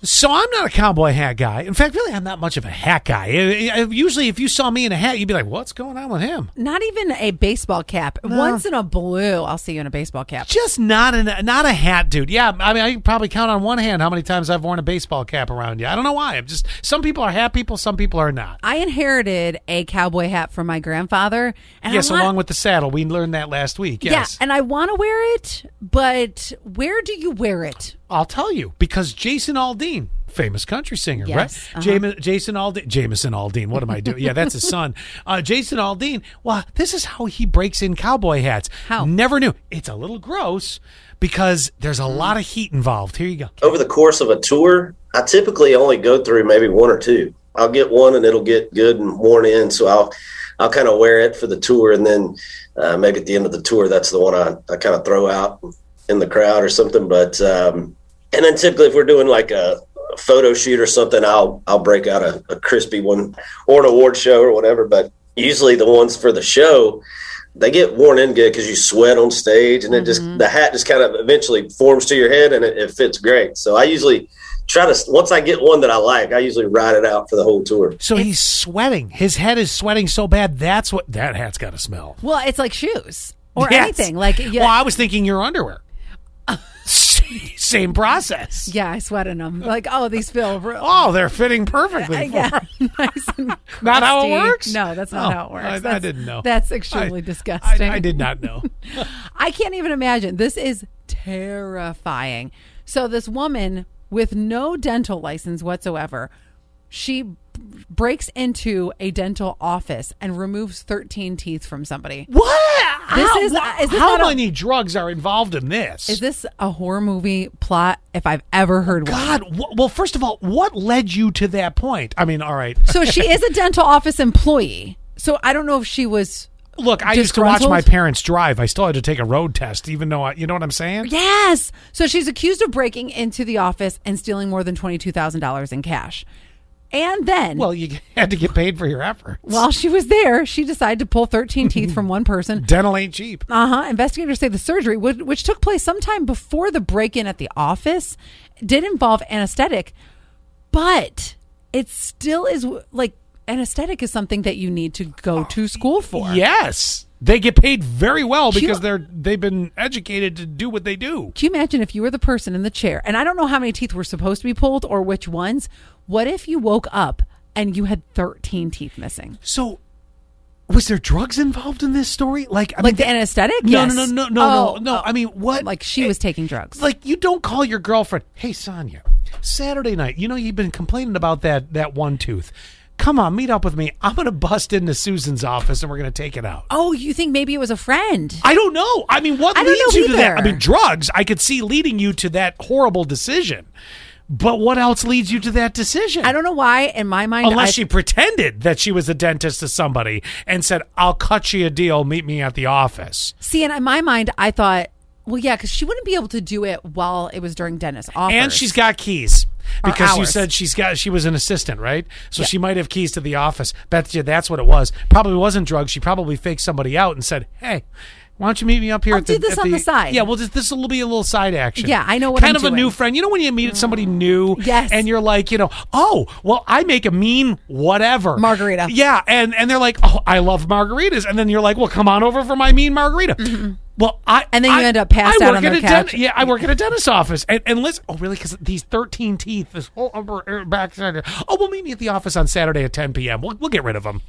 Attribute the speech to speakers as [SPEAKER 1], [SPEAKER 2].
[SPEAKER 1] So I'm not a cowboy hat guy. In fact, really, I'm not much of a hat guy. I- I- Usually, if you saw me in a hat, you'd be like, "What's going on with him?"
[SPEAKER 2] Not even a baseball cap. Once in a blue, I'll see you in a baseball cap.
[SPEAKER 1] Just not an not a hat, dude. Yeah, I mean, I can probably count on one hand how many times I've worn a baseball cap around you. I don't know why. I'm just some people are hat people, some people are not.
[SPEAKER 2] I inherited a cowboy hat from my grandfather. And I
[SPEAKER 1] yes,
[SPEAKER 2] want-
[SPEAKER 1] along with the saddle, we learned that last week. Yes,
[SPEAKER 2] Yeah, and I want to wear it, but where do you wear it?
[SPEAKER 1] I'll tell you because Jason Aldean, famous country singer,
[SPEAKER 2] Yes, uh-huh.
[SPEAKER 1] right? Jam- Jason Aldean, Jameson Aldean. What am I doing? yeah, that's his son, uh, Jason Aldean. Well, this is how he breaks in cowboy hats.
[SPEAKER 2] How?
[SPEAKER 1] Never knew. It's a little gross because there's a
[SPEAKER 2] Mm.
[SPEAKER 1] lot of heat involved. Here you go.
[SPEAKER 3] over the course of a tour, I typically only go through maybe one or two. I'll get one and it'll get good and worn in, so I'll I'll kind of wear it for the tour, and then uh, maybe at the end of the tour, that's the one I, I kind of throw out in the crowd or something. But um, and then typically, if we're doing like a, a photo shoot or something, I'll I'll break out a, a crispy one or an award show or whatever. But usually, the ones for the show, they get worn in good because you sweat on stage and it just the hat just kind of eventually forms to your head and it, it fits great so i usually try to once i get one that i like i usually ride it out for the whole tour
[SPEAKER 1] So he's sweating. His head is sweating so bad. That's what that hat's got to smell.
[SPEAKER 2] Well, it's like shoes or
[SPEAKER 1] Yes.
[SPEAKER 2] anything. Like yeah,
[SPEAKER 1] Well, I was thinking your underwear. Same process.
[SPEAKER 2] yeah, I sweat in them. Like oh, these feel real.
[SPEAKER 1] Oh, they're fitting perfectly. for
[SPEAKER 2] Yeah, nice and
[SPEAKER 1] Not how it
[SPEAKER 2] crusty.
[SPEAKER 1] works?
[SPEAKER 2] No, that's not
[SPEAKER 1] Oh,
[SPEAKER 2] how it works.
[SPEAKER 1] I- I
[SPEAKER 2] That's-
[SPEAKER 1] didn't know.
[SPEAKER 2] That's
[SPEAKER 1] I-
[SPEAKER 2] extremely
[SPEAKER 1] I-
[SPEAKER 2] disgusting.
[SPEAKER 1] I, did not know.
[SPEAKER 2] I can't even imagine. This is terrifying. So this woman with no dental license whatsoever, she b- breaks into a dental office and removes 13 teeth from somebody.
[SPEAKER 1] What?
[SPEAKER 2] This
[SPEAKER 1] how,
[SPEAKER 2] is-
[SPEAKER 1] wha-
[SPEAKER 2] is this
[SPEAKER 1] how
[SPEAKER 2] not a-
[SPEAKER 1] many drugs are involved in this?
[SPEAKER 2] Is this a horror movie plot if I've ever heard one?
[SPEAKER 1] God, wh- well, first of all, what led you to that point? I mean, all right.
[SPEAKER 2] So she is a dental office employee. So I don't know if she was
[SPEAKER 1] Look, I used to watch my
[SPEAKER 2] Disgruntled?
[SPEAKER 1] parents drive. I still had to take a road test, even though I, you know what I'm saying?
[SPEAKER 2] Yes. So she's accused of breaking into the office and stealing more than $22,000 in cash. And then
[SPEAKER 1] Well, you had to get paid for your efforts.
[SPEAKER 2] While she was there, she decided to pull 13 teeth from one person.
[SPEAKER 1] dental ain't cheap.
[SPEAKER 2] Uh huh. Investigators say the surgery, which, which took place sometime before the break in at the office, did involve anesthetic, but it still is like anesthetic is something that you need to
[SPEAKER 1] Oh,
[SPEAKER 2] go to school for.
[SPEAKER 1] Yes. They get paid very well
[SPEAKER 2] Cute.
[SPEAKER 1] because they're they've been educated to do what they do.
[SPEAKER 2] Can you imagine if you were the person in the chair? And I don't know how many teeth were supposed to be pulled or which ones. What if you woke up and you had 13 teeth missing?
[SPEAKER 1] So, was there drugs involved in this story? Like, I
[SPEAKER 2] Like
[SPEAKER 1] mean,
[SPEAKER 2] the
[SPEAKER 1] that-
[SPEAKER 2] anesthetic?
[SPEAKER 1] No,
[SPEAKER 2] Yes.
[SPEAKER 1] no, no, no, no,
[SPEAKER 2] Oh,
[SPEAKER 1] no, no.
[SPEAKER 2] oh.
[SPEAKER 1] I mean, what?
[SPEAKER 2] Like she was taking drugs.
[SPEAKER 1] Like, you don't call your girlfriend. Hey, Sonia, Saturday night. You know you've been complaining about that that one tooth. Come on, meet up with me. I'm gonna bust into Susan's office and we're gonna take it out.
[SPEAKER 2] Oh, you think maybe it was a friend?
[SPEAKER 1] I don't know. I mean, what
[SPEAKER 2] I don't
[SPEAKER 1] leads
[SPEAKER 2] know
[SPEAKER 1] you to that? I
[SPEAKER 2] either.
[SPEAKER 1] mean, drugs. I could see leading you to that horrible decision. But what else leads you to that decision?
[SPEAKER 2] I don't know why in my mind
[SPEAKER 1] Unless
[SPEAKER 2] I-
[SPEAKER 1] she pretended that she was a dentist to somebody and said, "I'll cut you a deal. Meet me at the office."
[SPEAKER 2] see and in my mind I thought well yeah because she wouldn't be able to do it while it was during dentist offers
[SPEAKER 1] And she's got keys
[SPEAKER 2] Or
[SPEAKER 1] because you
[SPEAKER 2] hours.
[SPEAKER 1] said she's got she was an assistant, right? So she might have keys to the office. Bet you that's what it was. Probably wasn't drugs. She probably faked somebody out and said, "Hey." Why don't you meet me up here?
[SPEAKER 2] I'll
[SPEAKER 1] at the,
[SPEAKER 2] do this
[SPEAKER 1] at
[SPEAKER 2] on the side."
[SPEAKER 1] Yeah, well, just, this will be a little side action.
[SPEAKER 2] Yeah, I know what
[SPEAKER 1] Kind
[SPEAKER 2] I'm
[SPEAKER 1] of a
[SPEAKER 2] doing. Mm.
[SPEAKER 1] new friend. You know when you meet somebody new,
[SPEAKER 2] Yes.
[SPEAKER 1] and you're like, you know, oh, well, I make a mean whatever
[SPEAKER 2] Margarita.
[SPEAKER 1] Yeah, and and they're like, oh, I love margaritas, and then you're like, well, come on over for my mean margarita.
[SPEAKER 2] Mm-hmm.
[SPEAKER 1] Well, I
[SPEAKER 2] And then you
[SPEAKER 1] I-
[SPEAKER 2] end up passed
[SPEAKER 1] I
[SPEAKER 2] out
[SPEAKER 1] work
[SPEAKER 2] on
[SPEAKER 1] at
[SPEAKER 2] their
[SPEAKER 1] a den-
[SPEAKER 2] couch.
[SPEAKER 1] yeah, I work at a dentist's office, and, and listen. Oh, really? Because these thirteen teeth, this whole upper er, back side. Oh, well, meet me at the office on Saturday at ten p.m. We'll, we'll get rid of them.